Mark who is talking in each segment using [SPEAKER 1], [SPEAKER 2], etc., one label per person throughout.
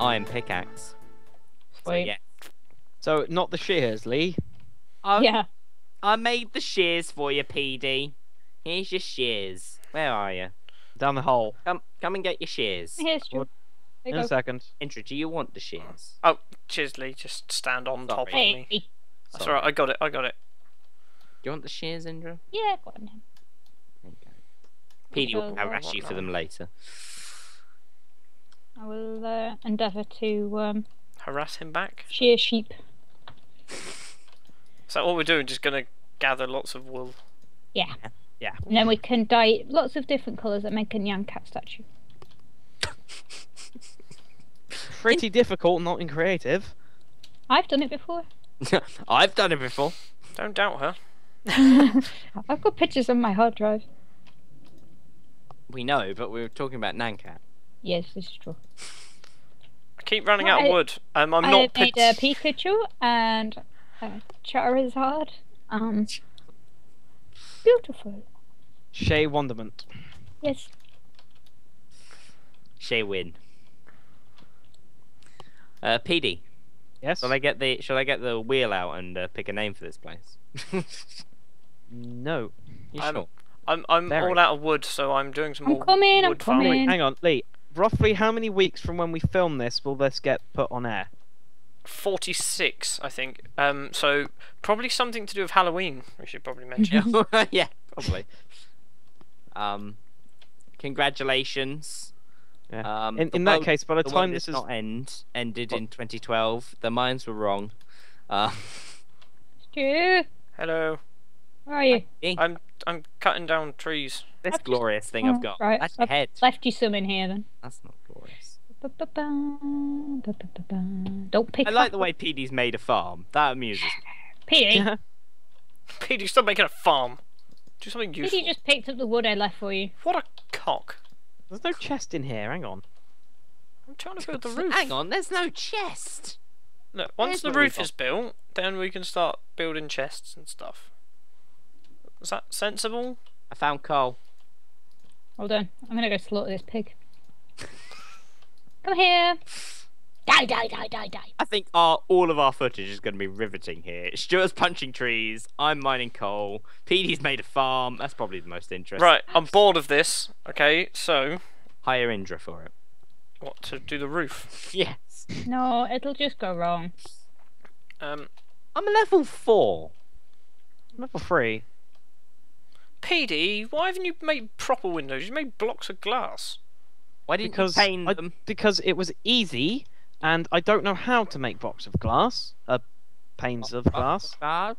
[SPEAKER 1] iron pickaxe. So,
[SPEAKER 2] Sweet.
[SPEAKER 1] yeah. So, not the shears, Lee.
[SPEAKER 3] I,
[SPEAKER 2] Oh, Yeah.
[SPEAKER 3] I made the shears for you, PD. Here's your shears. Where are you?
[SPEAKER 1] Down the hole.
[SPEAKER 3] Come, come and get your shears.
[SPEAKER 2] History.
[SPEAKER 1] Well,
[SPEAKER 2] There
[SPEAKER 1] In a
[SPEAKER 2] you go.
[SPEAKER 1] second.
[SPEAKER 3] Indra, do you want the shears?
[SPEAKER 4] Oh, Chisley, just stand on top of
[SPEAKER 2] Hey.
[SPEAKER 4] me. That's alright, I got it, I got it.
[SPEAKER 3] Do you want the shears, Indra?
[SPEAKER 2] Yeah, go on.
[SPEAKER 3] There you go. PD
[SPEAKER 2] Oh,
[SPEAKER 3] will harass
[SPEAKER 2] well,
[SPEAKER 3] you for them later.
[SPEAKER 2] I will uh, endeavour to um,
[SPEAKER 4] Harass him back.
[SPEAKER 2] shear sheep.
[SPEAKER 4] So all we're doing just gonna gather lots of wool.
[SPEAKER 2] Yeah.
[SPEAKER 1] Yeah.
[SPEAKER 2] And then we can dye lots of different colours that make a Nyan cat statue.
[SPEAKER 1] Pretty difficult, not in creative.
[SPEAKER 2] I've done it before.
[SPEAKER 3] I've done it before.
[SPEAKER 4] Don't doubt her.
[SPEAKER 2] I've got pictures on my hard drive.
[SPEAKER 3] We know, but we were talking about Nancat.
[SPEAKER 2] Yes, this is true.
[SPEAKER 4] I keep running
[SPEAKER 2] Well,
[SPEAKER 4] out of
[SPEAKER 2] I-
[SPEAKER 4] wood. Um, I'm
[SPEAKER 2] I
[SPEAKER 4] not
[SPEAKER 2] made
[SPEAKER 4] picked.
[SPEAKER 2] a Pikachu and a Charizard. Um, beautiful.
[SPEAKER 1] Shea Wonderment.
[SPEAKER 2] Yes.
[SPEAKER 3] Shay Win. Uh, PD,
[SPEAKER 1] Yes?
[SPEAKER 3] shall I get the shall I get the wheel out and uh, pick a name for this place? you
[SPEAKER 1] No.
[SPEAKER 4] I'm-
[SPEAKER 3] sure?
[SPEAKER 4] I'm I'm
[SPEAKER 1] Very.
[SPEAKER 4] all out of wood, so I'm doing some
[SPEAKER 2] I'm
[SPEAKER 4] more
[SPEAKER 2] coming, I'm
[SPEAKER 4] wood farming.
[SPEAKER 2] coming.
[SPEAKER 1] Hang on, Lee. Roughly how many weeks from when we film this will this get put on air?
[SPEAKER 4] 46, I think. Um, so probably something to do with Halloween. We should probably mention.
[SPEAKER 3] yeah, probably. Um, congratulations.
[SPEAKER 1] Yeah.
[SPEAKER 3] Um,
[SPEAKER 1] in
[SPEAKER 3] the
[SPEAKER 1] in that
[SPEAKER 3] vote-
[SPEAKER 1] case, by the,
[SPEAKER 3] the
[SPEAKER 1] time
[SPEAKER 3] one
[SPEAKER 1] this
[SPEAKER 3] did
[SPEAKER 1] is
[SPEAKER 3] not end ended in 2012. The mines were wrong. Uh,
[SPEAKER 2] Stu,
[SPEAKER 4] Hello.
[SPEAKER 2] where are you?
[SPEAKER 4] I'm I'm cutting down trees.
[SPEAKER 3] this
[SPEAKER 2] I've just-
[SPEAKER 3] glorious thing
[SPEAKER 2] oh,
[SPEAKER 3] I've got.
[SPEAKER 2] right,
[SPEAKER 3] That's
[SPEAKER 2] I've
[SPEAKER 3] my head.
[SPEAKER 2] Left you some in here then.
[SPEAKER 3] That's not glorious.
[SPEAKER 2] Ba-ba-ba, ba-ba-ba-ba. Don't pick
[SPEAKER 3] I like the way PD's made a farm. That amuses me.
[SPEAKER 2] Petey,
[SPEAKER 1] Yeah.
[SPEAKER 4] Pete, you stop making a farm. Do something useful.
[SPEAKER 2] Petey just picked up the wood I left for you.
[SPEAKER 4] What a cock.
[SPEAKER 1] There's no chest in here, hang on.
[SPEAKER 4] I'm trying to build the roof.
[SPEAKER 3] Hang on, there's no chest.
[SPEAKER 4] Look,
[SPEAKER 3] There's
[SPEAKER 4] once the
[SPEAKER 3] what we
[SPEAKER 4] roof
[SPEAKER 3] got.
[SPEAKER 4] is built, then we can start building chests and stuff. Is that sensible?
[SPEAKER 3] I found coal.
[SPEAKER 2] Hold on, I'm gonna go slaughter this pig. Come here. Die, die, die, die, die.
[SPEAKER 3] I think our all of our footage is going to be riveting here. Stuart's punching trees. I'm mining coal. PD's made a farm. That's probably the most interesting.
[SPEAKER 4] Right, I'm bored of this. Okay, so
[SPEAKER 3] Hire Indra for it.
[SPEAKER 4] what to do the roof?
[SPEAKER 3] Yes.
[SPEAKER 2] No, it'll just go wrong.
[SPEAKER 4] Um,
[SPEAKER 3] I'm a level four.
[SPEAKER 1] Level three.
[SPEAKER 4] PD, why haven't you made proper windows? You made blocks of glass.
[SPEAKER 3] Why didn't
[SPEAKER 1] Because
[SPEAKER 3] you paint
[SPEAKER 1] I-
[SPEAKER 3] them?
[SPEAKER 1] Because it was easy and I don't know how to make blocks of glass. Uh panes of glass.
[SPEAKER 3] Ah,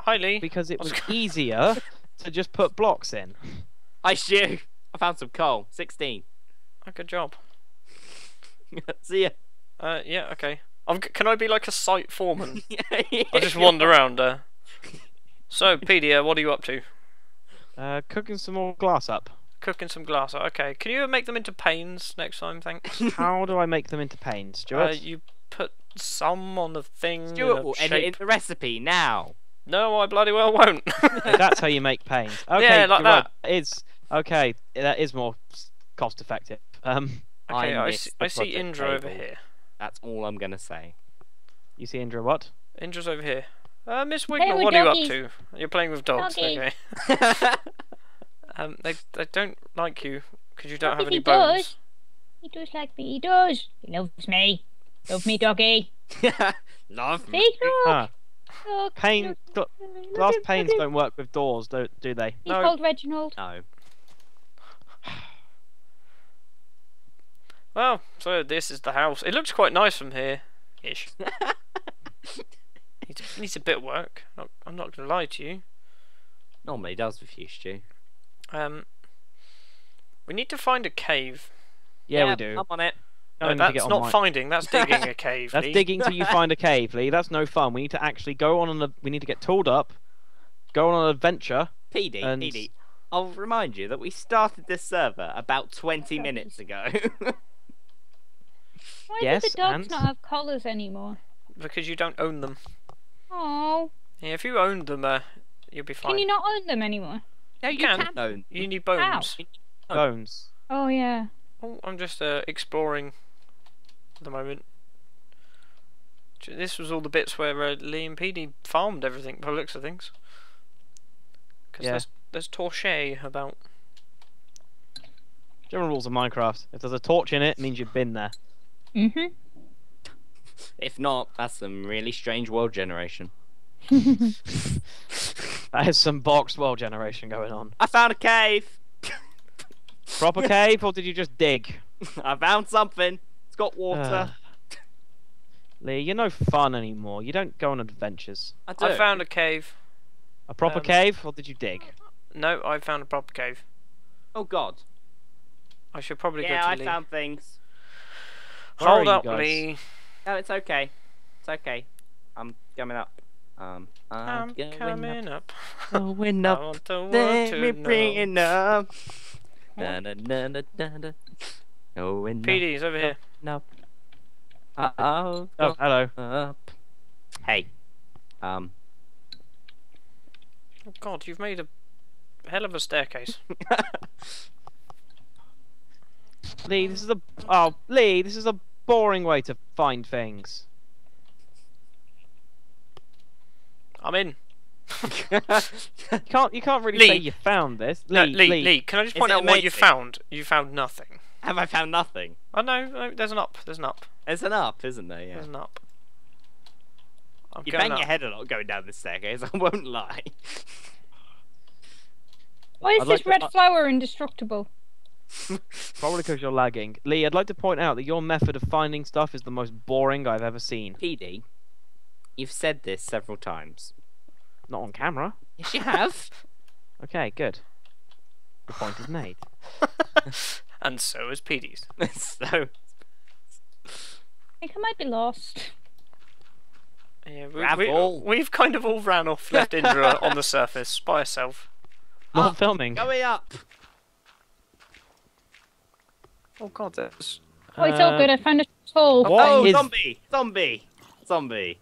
[SPEAKER 4] Hi Lee.
[SPEAKER 1] Because it was easier to just put blocks in.
[SPEAKER 3] I shoot. I found some coal. Sixteen.
[SPEAKER 4] Oh, good job.
[SPEAKER 3] See ya.
[SPEAKER 4] Uh, yeah, okay. I'm, g- can I be like a site foreman? I
[SPEAKER 3] I
[SPEAKER 4] just wander around. Uh. So, PD, uh, what are you up to?
[SPEAKER 1] Uh cooking some more glass up.
[SPEAKER 4] Cooking some glass. Okay, can you make them into panes next time? Thanks.
[SPEAKER 1] How do I make them into panes, Stuart?
[SPEAKER 4] Uh, you put some on the thing. in a
[SPEAKER 3] Stuart will edit in
[SPEAKER 4] shape.
[SPEAKER 3] the recipe now.
[SPEAKER 4] No, I bloody well won't.
[SPEAKER 1] That's how you make pains. Okay,
[SPEAKER 4] Yeah, like
[SPEAKER 1] you're right, that is okay. That is more cost effective. Um,
[SPEAKER 4] okay, I,
[SPEAKER 3] I
[SPEAKER 4] see,
[SPEAKER 3] missed the
[SPEAKER 4] I see
[SPEAKER 3] project
[SPEAKER 4] Indra over
[SPEAKER 3] table.
[SPEAKER 4] here.
[SPEAKER 3] That's all I'm gonna say.
[SPEAKER 1] you see, Indra, what?
[SPEAKER 4] Indra's over here. Uh, Miss
[SPEAKER 2] Playing
[SPEAKER 4] Wigner,
[SPEAKER 2] with
[SPEAKER 4] what are you up
[SPEAKER 2] doggies.
[SPEAKER 4] to? You're playing with dogs,
[SPEAKER 2] Doggies.
[SPEAKER 4] okay. Um, they, they don't like you because you don't
[SPEAKER 2] Not if
[SPEAKER 4] have any
[SPEAKER 2] he does.
[SPEAKER 4] bones.
[SPEAKER 2] He does like me, he does. He loves me. Love me, doggy.
[SPEAKER 3] Love me.
[SPEAKER 2] See? Look,
[SPEAKER 1] Ah,
[SPEAKER 2] look,
[SPEAKER 1] pane
[SPEAKER 2] look,
[SPEAKER 1] gl-
[SPEAKER 2] look, look,
[SPEAKER 1] glass
[SPEAKER 2] look,
[SPEAKER 1] panes
[SPEAKER 2] look.
[SPEAKER 1] don't work with doors, do do they?
[SPEAKER 2] He's
[SPEAKER 4] No.
[SPEAKER 2] called Reginald.
[SPEAKER 3] No.
[SPEAKER 4] Well, so this is the house. It looks quite nice from here, ish. needs, needs a bit of work. Not, I'm not gonna lie to you.
[SPEAKER 3] Normally does with you, Stu.
[SPEAKER 4] Um, we need to find a cave.
[SPEAKER 1] Yeah, we do.
[SPEAKER 3] I'm on it.
[SPEAKER 1] No,
[SPEAKER 4] No,
[SPEAKER 1] we need to get
[SPEAKER 4] that's
[SPEAKER 1] on
[SPEAKER 4] not
[SPEAKER 1] mine.
[SPEAKER 4] finding. That's digging a cave.
[SPEAKER 1] That's
[SPEAKER 4] Lee.
[SPEAKER 1] digging till you find a cave, Lee. That's no fun. We need to actually go on an. ad- We need to get tooled up, go on an adventure.
[SPEAKER 3] PD,
[SPEAKER 1] And-
[SPEAKER 3] PD. I'll remind you that we started this server about 20 minutes ago.
[SPEAKER 2] Why do
[SPEAKER 1] yes,
[SPEAKER 2] the dogs
[SPEAKER 1] and?
[SPEAKER 2] not have collars anymore?
[SPEAKER 4] because you don't own them.
[SPEAKER 2] Oh,
[SPEAKER 4] Yeah, if you owned them, uh, you'll be fine.
[SPEAKER 2] can you not own them anymore?
[SPEAKER 3] no,
[SPEAKER 4] You can.
[SPEAKER 3] No,
[SPEAKER 4] You need bones.
[SPEAKER 3] Ow.
[SPEAKER 1] Bones.
[SPEAKER 2] Oh yeah.
[SPEAKER 4] Oh, I'm just uh, exploring the moment. J- This was all the bits where uh, Lee and Petey farmed everything, by the looks of things. Because
[SPEAKER 1] Yeah.
[SPEAKER 4] there's, there's Torche about.
[SPEAKER 1] General rules of Minecraft. If there's a torch in it, it means you've been there.
[SPEAKER 2] Mm-hmm.
[SPEAKER 3] If not, that's some really strange world generation.
[SPEAKER 1] That is some boxed world generation going on.
[SPEAKER 3] I found a cave.
[SPEAKER 1] Proper cave, or did you just dig?
[SPEAKER 3] I found something. It's got water.
[SPEAKER 4] Ah.
[SPEAKER 1] Lee, you're no fun anymore. You don't go on adventures.
[SPEAKER 3] I,
[SPEAKER 4] I
[SPEAKER 3] do.
[SPEAKER 4] found a cave.
[SPEAKER 1] A proper
[SPEAKER 4] Um,
[SPEAKER 1] cave, or did you dig?
[SPEAKER 4] No, I found a proper cave.
[SPEAKER 3] Oh God.
[SPEAKER 4] I should probably
[SPEAKER 3] Yeah,
[SPEAKER 4] go to
[SPEAKER 3] I
[SPEAKER 4] Lee.
[SPEAKER 3] found things.
[SPEAKER 1] Where are
[SPEAKER 4] Hold
[SPEAKER 1] you
[SPEAKER 4] up,
[SPEAKER 1] guys?
[SPEAKER 4] Lee.
[SPEAKER 3] No, it's okay. It's okay. I'm coming up. Um, I'm,
[SPEAKER 4] I'm
[SPEAKER 3] going
[SPEAKER 4] coming up.
[SPEAKER 3] up. Going
[SPEAKER 4] I
[SPEAKER 3] up.
[SPEAKER 4] want the world
[SPEAKER 3] Let
[SPEAKER 4] to
[SPEAKER 3] me
[SPEAKER 4] know.
[SPEAKER 3] bring it up. Da, da, da, da, da, da. Going up,
[SPEAKER 4] PD's over here.
[SPEAKER 3] up. Uh-oh,
[SPEAKER 1] Oh, hello.
[SPEAKER 3] up. Hey. Um.
[SPEAKER 4] Oh, God, you've made a hell of a staircase.
[SPEAKER 1] Lee, this is a oh Lee, this is a boring way to find things.
[SPEAKER 4] I'm in.
[SPEAKER 1] You can't you can't really
[SPEAKER 4] Lee.
[SPEAKER 1] say you found this. Lee,
[SPEAKER 4] No, Lee,
[SPEAKER 1] Lee,
[SPEAKER 4] Lee, can I just
[SPEAKER 3] Is
[SPEAKER 4] point
[SPEAKER 3] it
[SPEAKER 4] out what you
[SPEAKER 3] amazing?
[SPEAKER 4] found? You found nothing.
[SPEAKER 3] Have I found nothing?
[SPEAKER 4] Oh no, no, there's an up. There's an up.
[SPEAKER 3] It's an up, isn't there? Yeah.
[SPEAKER 4] There's an up. I'm
[SPEAKER 3] You
[SPEAKER 4] going
[SPEAKER 3] bang your
[SPEAKER 4] up.
[SPEAKER 3] head a lot going down this staircase. I won't lie.
[SPEAKER 2] Why is
[SPEAKER 1] I'd like
[SPEAKER 2] this
[SPEAKER 1] to-
[SPEAKER 2] red
[SPEAKER 1] I-
[SPEAKER 2] flower indestructible?
[SPEAKER 1] Probably because you're lagging. Lee, I'd like to point out that your method of finding stuff is the most boring I've ever seen.
[SPEAKER 3] PD, you've said this several times.
[SPEAKER 1] Not on camera.
[SPEAKER 3] Yes, you have.
[SPEAKER 1] Okay, good. The point is made.
[SPEAKER 4] and so is PD's.
[SPEAKER 3] so
[SPEAKER 2] I think I might be lost.
[SPEAKER 4] Yeah,
[SPEAKER 3] Grab
[SPEAKER 4] we,
[SPEAKER 3] all.
[SPEAKER 4] we, have kind of all ran off, left Indra on the surface by herself.
[SPEAKER 1] Not
[SPEAKER 3] Ah,
[SPEAKER 1] filming.
[SPEAKER 3] coming up.
[SPEAKER 4] Oh God, that's
[SPEAKER 2] Oh, it's all
[SPEAKER 1] Uh,
[SPEAKER 2] good. I found a tool.
[SPEAKER 1] What
[SPEAKER 3] oh,
[SPEAKER 1] is-
[SPEAKER 3] zombie! Zombie! Zombie!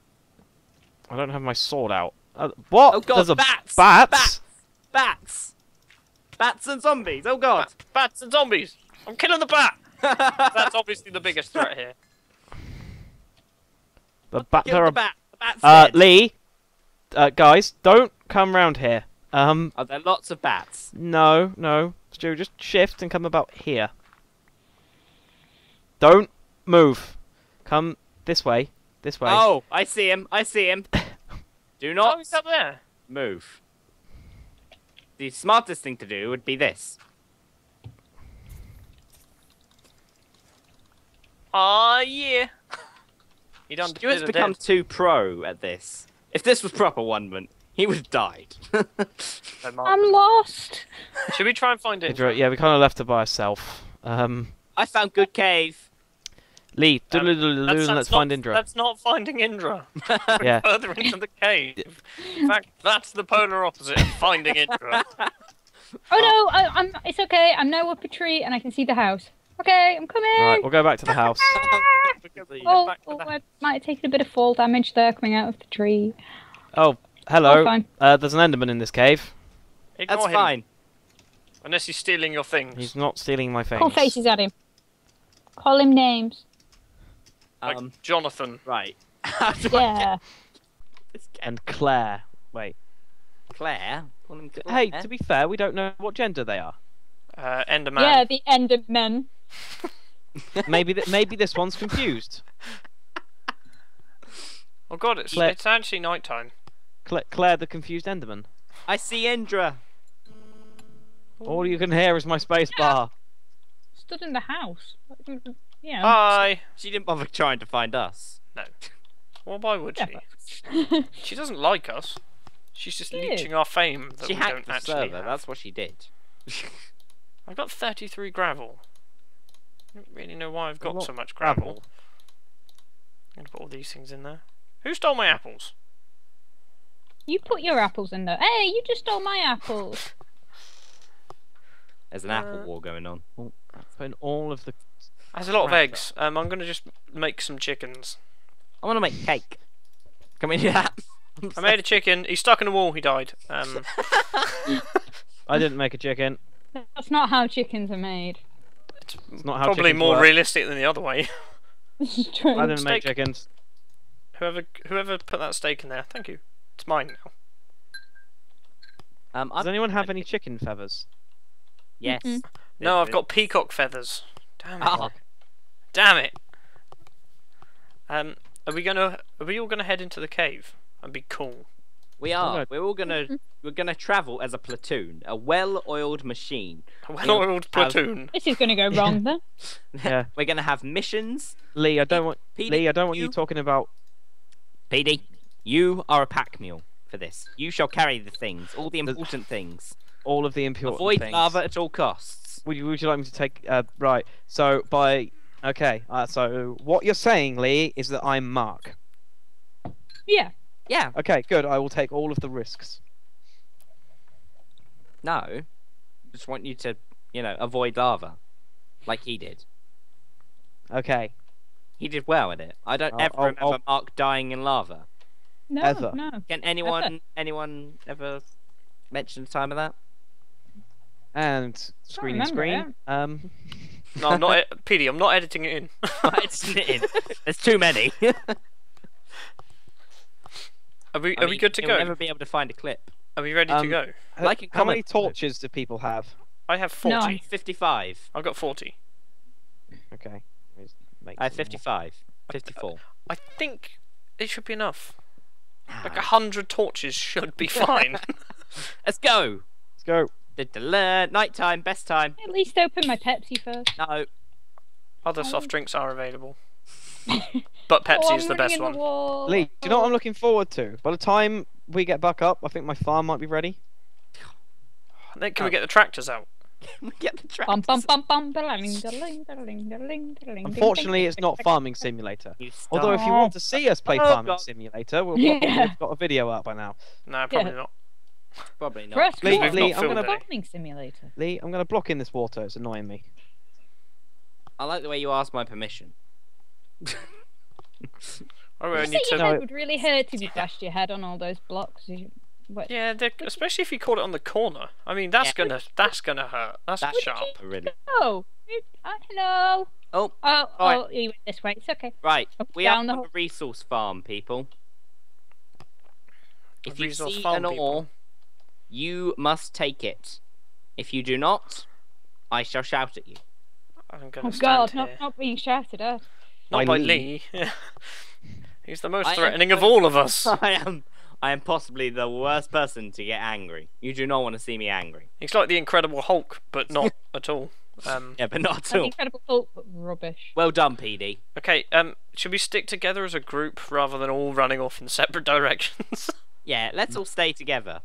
[SPEAKER 1] I don't have my sword out. Uh, what?
[SPEAKER 3] Oh god!
[SPEAKER 1] There's a
[SPEAKER 3] bats!
[SPEAKER 1] bats?
[SPEAKER 3] Bats! Bats! Bats and zombies! Oh god!
[SPEAKER 4] bats and zombies. I'm killing the bat. That's obviously the biggest threat here.
[SPEAKER 1] The bat.
[SPEAKER 3] Kill
[SPEAKER 1] There
[SPEAKER 3] the
[SPEAKER 1] are.
[SPEAKER 3] bat! The bat's
[SPEAKER 1] Uh,
[SPEAKER 3] dead.
[SPEAKER 1] Lee, uh, guys, don't come round here. Um,
[SPEAKER 3] Are there lots of bats?
[SPEAKER 1] no, no, Stu, just shift and come about here. Don't move. Come this way. This way.
[SPEAKER 3] Oh, I see him! I see him! Do
[SPEAKER 4] Oh,
[SPEAKER 3] not
[SPEAKER 4] he's up there.
[SPEAKER 3] move. The smartest thing to do would be this.
[SPEAKER 4] Ah, yeah. He done
[SPEAKER 3] Stuart's
[SPEAKER 4] did a
[SPEAKER 3] become
[SPEAKER 4] dead.
[SPEAKER 3] too pro at this. If this was proper one man, he would have died.
[SPEAKER 4] Oh, Mark.
[SPEAKER 2] I'm lost.
[SPEAKER 4] Should we try and find it?
[SPEAKER 1] Andrew, yeah, we kind of left her by herself. Um,
[SPEAKER 3] I found good cave.
[SPEAKER 1] Lee,
[SPEAKER 4] Um,
[SPEAKER 1] let's
[SPEAKER 4] that's
[SPEAKER 1] find
[SPEAKER 4] not,
[SPEAKER 1] Indra.
[SPEAKER 4] That's not finding Indra.
[SPEAKER 1] Yeah.
[SPEAKER 4] Further into the cave. In fact, that's the polar opposite of finding Indra.
[SPEAKER 2] Oh no,
[SPEAKER 1] Uh,
[SPEAKER 2] I, I'm. It's okay. I'm now up a tree and I can see the house. Okay, I'm coming.
[SPEAKER 1] Right, we'll go back to the house.
[SPEAKER 2] oh,
[SPEAKER 4] back to
[SPEAKER 2] oh,
[SPEAKER 4] the-
[SPEAKER 2] I might have taken a bit of fall damage there coming out of the tree.
[SPEAKER 1] Oh,
[SPEAKER 2] Oh,
[SPEAKER 1] hello.
[SPEAKER 2] fine.
[SPEAKER 1] Uh, there's an Enderman in this cave.
[SPEAKER 4] Ignore
[SPEAKER 3] That's
[SPEAKER 4] him.
[SPEAKER 3] fine.
[SPEAKER 4] Unless he's stealing your things.
[SPEAKER 1] He's not stealing my things.
[SPEAKER 2] Call faces at him. Call him names.
[SPEAKER 4] Like
[SPEAKER 3] Um,
[SPEAKER 4] Jonathan.
[SPEAKER 3] right. How do I get
[SPEAKER 2] Yeah.
[SPEAKER 3] this cave?
[SPEAKER 1] And Claire. Wait.
[SPEAKER 3] Claire? Call him Claire?
[SPEAKER 1] Hey, to be fair, we don't know what gender they are.
[SPEAKER 4] Uh, Enderman.
[SPEAKER 2] Yeah, the Endermen.
[SPEAKER 1] Maybe th- maybe this one's confused.
[SPEAKER 4] Oh god, it's,
[SPEAKER 1] Click.
[SPEAKER 4] it's actually nighttime.
[SPEAKER 1] Cla- Claire the confused Enderman.
[SPEAKER 3] I see Indra.
[SPEAKER 1] All you can hear is my space bar.
[SPEAKER 2] Stood in the house. Yeah.
[SPEAKER 1] Oh,
[SPEAKER 4] Hi.
[SPEAKER 3] She didn't bother trying to find us.
[SPEAKER 4] No. Well, why would she?
[SPEAKER 2] Yeah.
[SPEAKER 4] She doesn't like us. She's just
[SPEAKER 2] Ew.
[SPEAKER 4] leeching our fame that
[SPEAKER 3] she
[SPEAKER 4] we
[SPEAKER 3] hacked
[SPEAKER 4] don't
[SPEAKER 3] the
[SPEAKER 4] actually.
[SPEAKER 3] server.
[SPEAKER 4] have.
[SPEAKER 3] That's what she did.
[SPEAKER 4] I've got 33 gravel. I don't really know why I've
[SPEAKER 1] lot
[SPEAKER 4] got so much
[SPEAKER 1] of
[SPEAKER 4] gravel.
[SPEAKER 1] gravel.
[SPEAKER 4] I'm gonna put all these things in there. Who stole my apples?
[SPEAKER 2] You put your apples in there. Hey, you just stole my apples.
[SPEAKER 3] There's an
[SPEAKER 4] Uh,
[SPEAKER 3] apple war going on.
[SPEAKER 1] Putting all of the.
[SPEAKER 4] That's a lot of
[SPEAKER 1] Right.
[SPEAKER 4] eggs. Um, I'm gonna just make some chickens.
[SPEAKER 3] I want to make cake. Can we do that?
[SPEAKER 4] I made a chicken. He's stuck in a wall. He died. Um,
[SPEAKER 1] I didn't make a chicken.
[SPEAKER 2] That's not how chickens are made.
[SPEAKER 4] it's
[SPEAKER 1] It's not how
[SPEAKER 4] probably
[SPEAKER 1] chickens
[SPEAKER 4] more
[SPEAKER 1] work.
[SPEAKER 4] realistic than the other way.
[SPEAKER 2] This is true.
[SPEAKER 1] I didn't make
[SPEAKER 4] Steak.
[SPEAKER 1] chickens.
[SPEAKER 4] Whoever whoever put that steak in there, thank you. It's mine now.
[SPEAKER 3] Um,
[SPEAKER 1] Does
[SPEAKER 3] I've-
[SPEAKER 1] anyone Mm-hmm. have any chicken feathers?
[SPEAKER 3] Yes.
[SPEAKER 2] Mm-mm.
[SPEAKER 4] No, I've got peacock feathers. Damn it!
[SPEAKER 3] Oh,
[SPEAKER 4] Damn it! Um, are we gonna are we all gonna head into the cave and be cool?
[SPEAKER 3] we
[SPEAKER 1] no.
[SPEAKER 3] are. We're all gonna
[SPEAKER 1] Mm-hmm.
[SPEAKER 3] we're gonna travel as a platoon, a well-oiled machine.
[SPEAKER 4] A well-oiled platoon.
[SPEAKER 2] This is going to go wrong then.
[SPEAKER 1] Yeah.
[SPEAKER 3] We're gonna have missions.
[SPEAKER 1] Lee, I don't want
[SPEAKER 3] PD,
[SPEAKER 1] Lee, I don't want you
[SPEAKER 3] you-
[SPEAKER 1] talking about
[SPEAKER 3] PD, you are a pack mule for this. You shall carry the things, all the important things.
[SPEAKER 1] all of the important
[SPEAKER 3] Avoid
[SPEAKER 1] things.
[SPEAKER 3] lava at all costs.
[SPEAKER 1] Would you, would you like me to take? Uh, right. So by okay. Uh, so what you're saying, Lee, is that I'm Mark.
[SPEAKER 2] Yeah.
[SPEAKER 3] Yeah.
[SPEAKER 1] Okay, good. I will take all of the risks.
[SPEAKER 3] No. Just want you to, you know, avoid lava, like he did.
[SPEAKER 1] Okay.
[SPEAKER 3] He did well at it. I don't
[SPEAKER 1] I'll-
[SPEAKER 3] ever
[SPEAKER 1] I'll-
[SPEAKER 3] remember
[SPEAKER 1] I'll-
[SPEAKER 3] Mark dying in lava.
[SPEAKER 2] No.
[SPEAKER 1] Ever.
[SPEAKER 2] No.
[SPEAKER 3] Can anyone anyone ever mention the time of that?
[SPEAKER 1] And screen and
[SPEAKER 2] remember
[SPEAKER 1] screen. Um.
[SPEAKER 4] No, I'm not. e- PD, I'm not editing it in.
[SPEAKER 3] It's- There's too many.
[SPEAKER 4] Are we?
[SPEAKER 3] I
[SPEAKER 4] Are we
[SPEAKER 3] mean,
[SPEAKER 4] good to
[SPEAKER 3] you'll
[SPEAKER 4] go?
[SPEAKER 3] never be able to find a clip.
[SPEAKER 4] Are we ready
[SPEAKER 1] Um,
[SPEAKER 4] to go?
[SPEAKER 1] h-
[SPEAKER 3] Like and
[SPEAKER 1] how many
[SPEAKER 3] comment.
[SPEAKER 1] torches do people have?
[SPEAKER 4] I have
[SPEAKER 2] No.
[SPEAKER 4] forty.
[SPEAKER 2] I-
[SPEAKER 3] 55.
[SPEAKER 4] I've got forty.
[SPEAKER 1] Okay. let me just make
[SPEAKER 3] I have
[SPEAKER 1] some
[SPEAKER 3] 55. 54.
[SPEAKER 4] I think it should be enough. Like
[SPEAKER 3] Ah,
[SPEAKER 4] a hundred torches should be fine.
[SPEAKER 3] Let's go.
[SPEAKER 1] more. Let's go.
[SPEAKER 3] Da-da-la, Nighttime, best time.
[SPEAKER 2] At least open my Pepsi first.
[SPEAKER 3] No.
[SPEAKER 4] Other soft drinks are available, but
[SPEAKER 2] oh,
[SPEAKER 4] Pepsi
[SPEAKER 2] I'm
[SPEAKER 4] is the
[SPEAKER 2] running
[SPEAKER 4] best
[SPEAKER 2] in
[SPEAKER 4] one.
[SPEAKER 2] The wall.
[SPEAKER 1] Lee, do you know what I'm looking forward to? By the time we get back up, I think my farm might be ready.
[SPEAKER 4] Then can we get the tractors out?
[SPEAKER 3] Can we get the track?
[SPEAKER 2] Bum bum bum bum. da-ling, da-ling, da-ling, da-ling, da-ling,
[SPEAKER 1] Unfortunately,
[SPEAKER 2] ding,
[SPEAKER 1] it's not
[SPEAKER 2] ding,
[SPEAKER 1] Farming Simulator.
[SPEAKER 3] You
[SPEAKER 1] Although,
[SPEAKER 3] start.
[SPEAKER 1] if you want to see us play
[SPEAKER 3] Oh,
[SPEAKER 1] Farming
[SPEAKER 3] God.
[SPEAKER 1] Simulator, we'll probably
[SPEAKER 2] Yeah.
[SPEAKER 1] have got a video out by now.
[SPEAKER 4] No, probably not.
[SPEAKER 3] Probably
[SPEAKER 2] ding.
[SPEAKER 3] not.
[SPEAKER 2] Press
[SPEAKER 1] Lee,
[SPEAKER 2] one.
[SPEAKER 4] We've
[SPEAKER 1] Lee,
[SPEAKER 4] not
[SPEAKER 1] I'm
[SPEAKER 4] filled
[SPEAKER 1] gonna
[SPEAKER 4] any.
[SPEAKER 2] Farming simulator.
[SPEAKER 1] Lee, I'm gonna block in this water. It's annoying me.
[SPEAKER 3] I like the way you asked my permission.
[SPEAKER 4] Oh, we
[SPEAKER 2] Did
[SPEAKER 4] need
[SPEAKER 2] you say
[SPEAKER 4] to.
[SPEAKER 2] your
[SPEAKER 1] No.
[SPEAKER 2] head would really hurt if you bashed your head on all those blocks. You- What?
[SPEAKER 4] Yeah, they're- especially if you caught it on the corner. I mean, that's
[SPEAKER 3] Yeah.
[SPEAKER 4] gonna that's gonna hurt. That's,
[SPEAKER 3] That's
[SPEAKER 4] sharp.
[SPEAKER 3] Really.
[SPEAKER 2] Oh, it- oh, hello.
[SPEAKER 3] Oh,
[SPEAKER 2] Oh, oh,
[SPEAKER 3] Alright.
[SPEAKER 2] you went this way. It's okay.
[SPEAKER 3] right.
[SPEAKER 2] Up,
[SPEAKER 3] We are
[SPEAKER 2] down
[SPEAKER 3] on
[SPEAKER 2] the
[SPEAKER 3] a
[SPEAKER 2] hall.
[SPEAKER 3] resource farm, people. If you
[SPEAKER 4] resource
[SPEAKER 3] see
[SPEAKER 4] farm,
[SPEAKER 3] an
[SPEAKER 4] people.
[SPEAKER 3] ore, you must take it. If you do not, I shall shout at you.
[SPEAKER 4] I'm gonna
[SPEAKER 2] Oh
[SPEAKER 4] stand
[SPEAKER 2] God,
[SPEAKER 4] here.
[SPEAKER 2] not, not being shouted at.
[SPEAKER 4] Not
[SPEAKER 1] By
[SPEAKER 4] by Lee. He's the most
[SPEAKER 3] I am
[SPEAKER 4] threatening of
[SPEAKER 3] so-
[SPEAKER 4] all of us.
[SPEAKER 3] I am. I am possibly the worst person to get angry. You do not want to see me angry.
[SPEAKER 4] He's like the Incredible Hulk, but not at all. Um,
[SPEAKER 3] Yeah, but not at
[SPEAKER 2] That's
[SPEAKER 3] all.
[SPEAKER 2] incredible thought, but rubbish.
[SPEAKER 3] Well done, PD.
[SPEAKER 4] okay, um, should we stick together as a group rather than all running off in separate directions?
[SPEAKER 3] Yeah, let's all stay together.